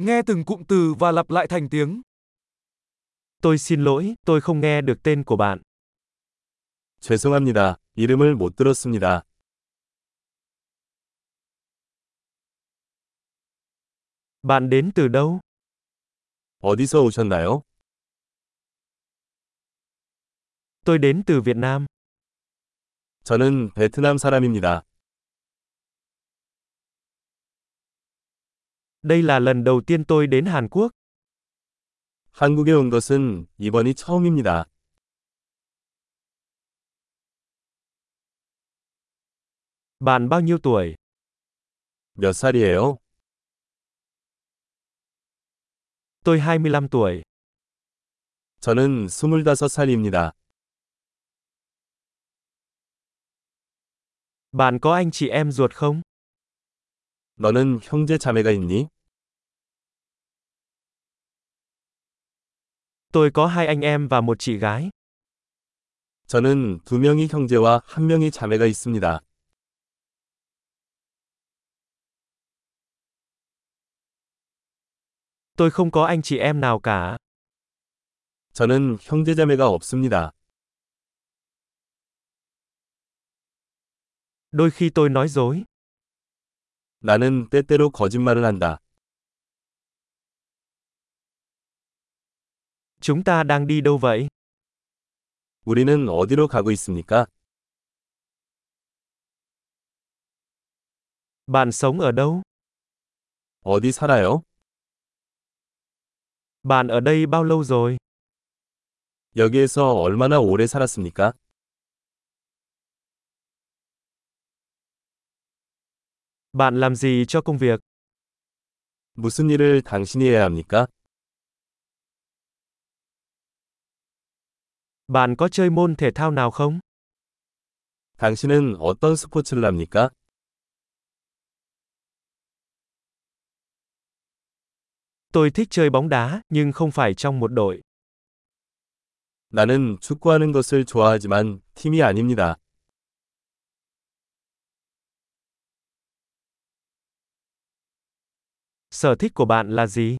Nghe từng cụm từ và lặp lại thành tiếng. Tôi xin lỗi, tôi không nghe được tên của bạn. 죄송합니다. 이름을 못 들었습니다. Bạn đến từ đâu? 어디서 오셨나요? Tôi đến từ Việt Nam. 저는 베트남 사람입니다. Đây là lần đầu tiên tôi đến Hàn Quốc. 한국에 온 것은 이번이 처음입니다. Bạn bao nhiêu tuổi? 몇 살이에요? Tôi 25 tuổi. 저는 25살입니다. Bạn có anh chị em ruột không? 너는 형제 자매가 있니? Tôi có hai anh em và một chị gái. 저는 두 명이 형제와 한 명이 자매가 있습니다. Tôi không có anh chị em nào cả. 저는 형제 자매가 없습니다. Đôi khi tôi nói dối. 나는 때때로 거짓말을 한다. Chúng ta đang đi đâu vậy? 우리는 어디로 가고 있습니까? Bạn sống ở đâu? 어디 살아요? Bạn ở đây bao lâu rồi? 여기에서 얼마나 오래 살았습니까? Bạn làm gì cho công việc? 무슨 일을 당신이 해야 합니까? Bạn có chơi môn thể thao nào không? 당신은 어떤 스포츠를 합니까? Tôi thích chơi bóng đá, nhưng không phải trong một đội. 나는 축구하는 것을 좋아하지만 팀이 아닙니다. Sở thích của bạn là gì?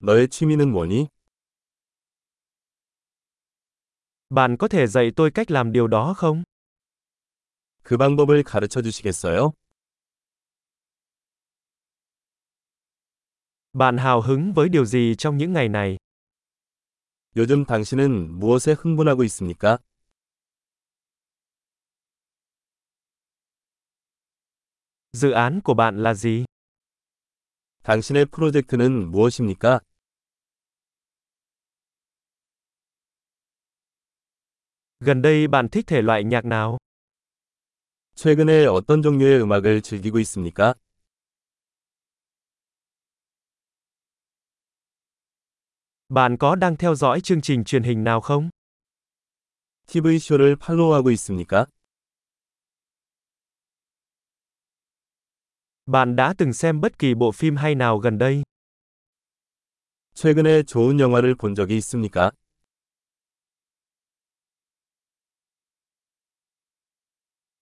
너의 취미는 뭐니? Bạn có thể dạy tôi cách làm điều đó không? 그 방법을 가르쳐 주시겠어요? Bạn hào hứng với điều gì trong những ngày này? 요즘 당신은 무엇에 흥분하고 있습니까? Dự án của bạn là gì? 당신의 프로젝트는 무엇입니까? Gần đây bạn thích thể loại nhạc nào? 최근에 어떤 종류의 음악을 즐기고 있습니까? Bạn có đang theo dõi chương trình truyền hình nào không? TV 쇼를 팔로우하고 있습니까? Bạn đã từng xem bất kỳ bộ phim hay nào gần đây? 최근에 좋은 영화를 본 적이 있습니까?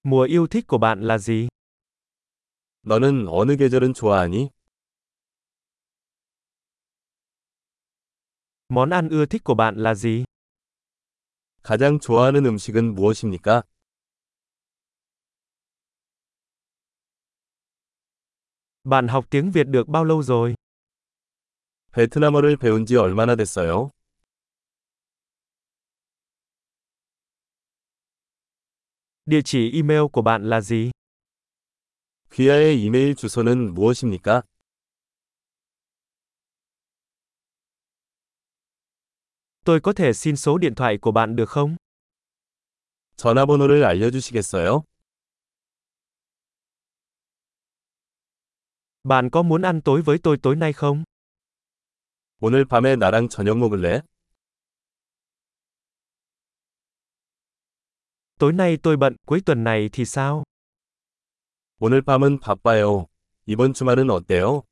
Mùa yêu thích của bạn là gì? 너는 어느 계절은 좋아하니? Món ăn ưa thích của bạn là gì? 가장 좋아하는 음식은 무엇입니까? Bạn học tiếng Việt được bao lâu rồi? 베트남어를 배운 지 얼마나 됐어요? Địa chỉ email của bạn là gì? 귀하의 이메일 주소는 무엇입니까? Tôi có thể xin số điện thoại của bạn được không? 전화번호를 알려주시겠어요? Bạn có muốn ăn tối với tôi tối nay không? 오늘 밤에 나랑 저녁 먹을래? Tối nay tôi bận, cuối tuần này thì sao? 오늘 밤은 바빠요. 이번 주말은 어때요?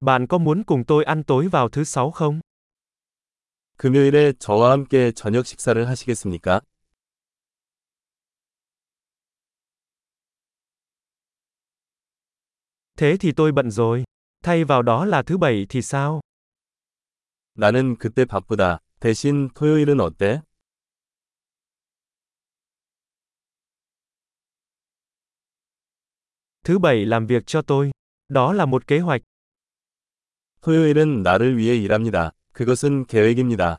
Bạn có muốn cùng tôi ăn tối vào thứ sáu không? 금요일에 저와 함께 저녁 식사를 하시겠습니까? Thế thì tôi bận rồi. Thay vào đó là thứ bảy thì sao? 나는 그때 바쁘다. 대신 토요일은 어때? Thứ bảy làm việc cho tôi. Đó là một kế hoạch. 토요일은 나를 위해 일합니다. 그것은 계획입니다.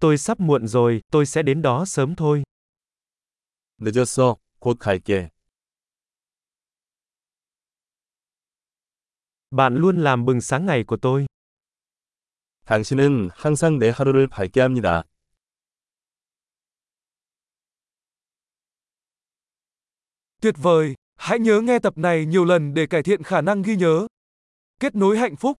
Tôi sắp muộn rồi, tôi sẽ đến đó sớm thôi. 늦었어. 곧 갈게. Bạn luôn làm bừng sáng ngày của tôi. 당신은 항상 내 하루를 밝게 합니다. Tuyệt vời! Hãy nhớ nghe tập này nhiều lần để cải thiện khả năng ghi nhớ. Kết nối hạnh phúc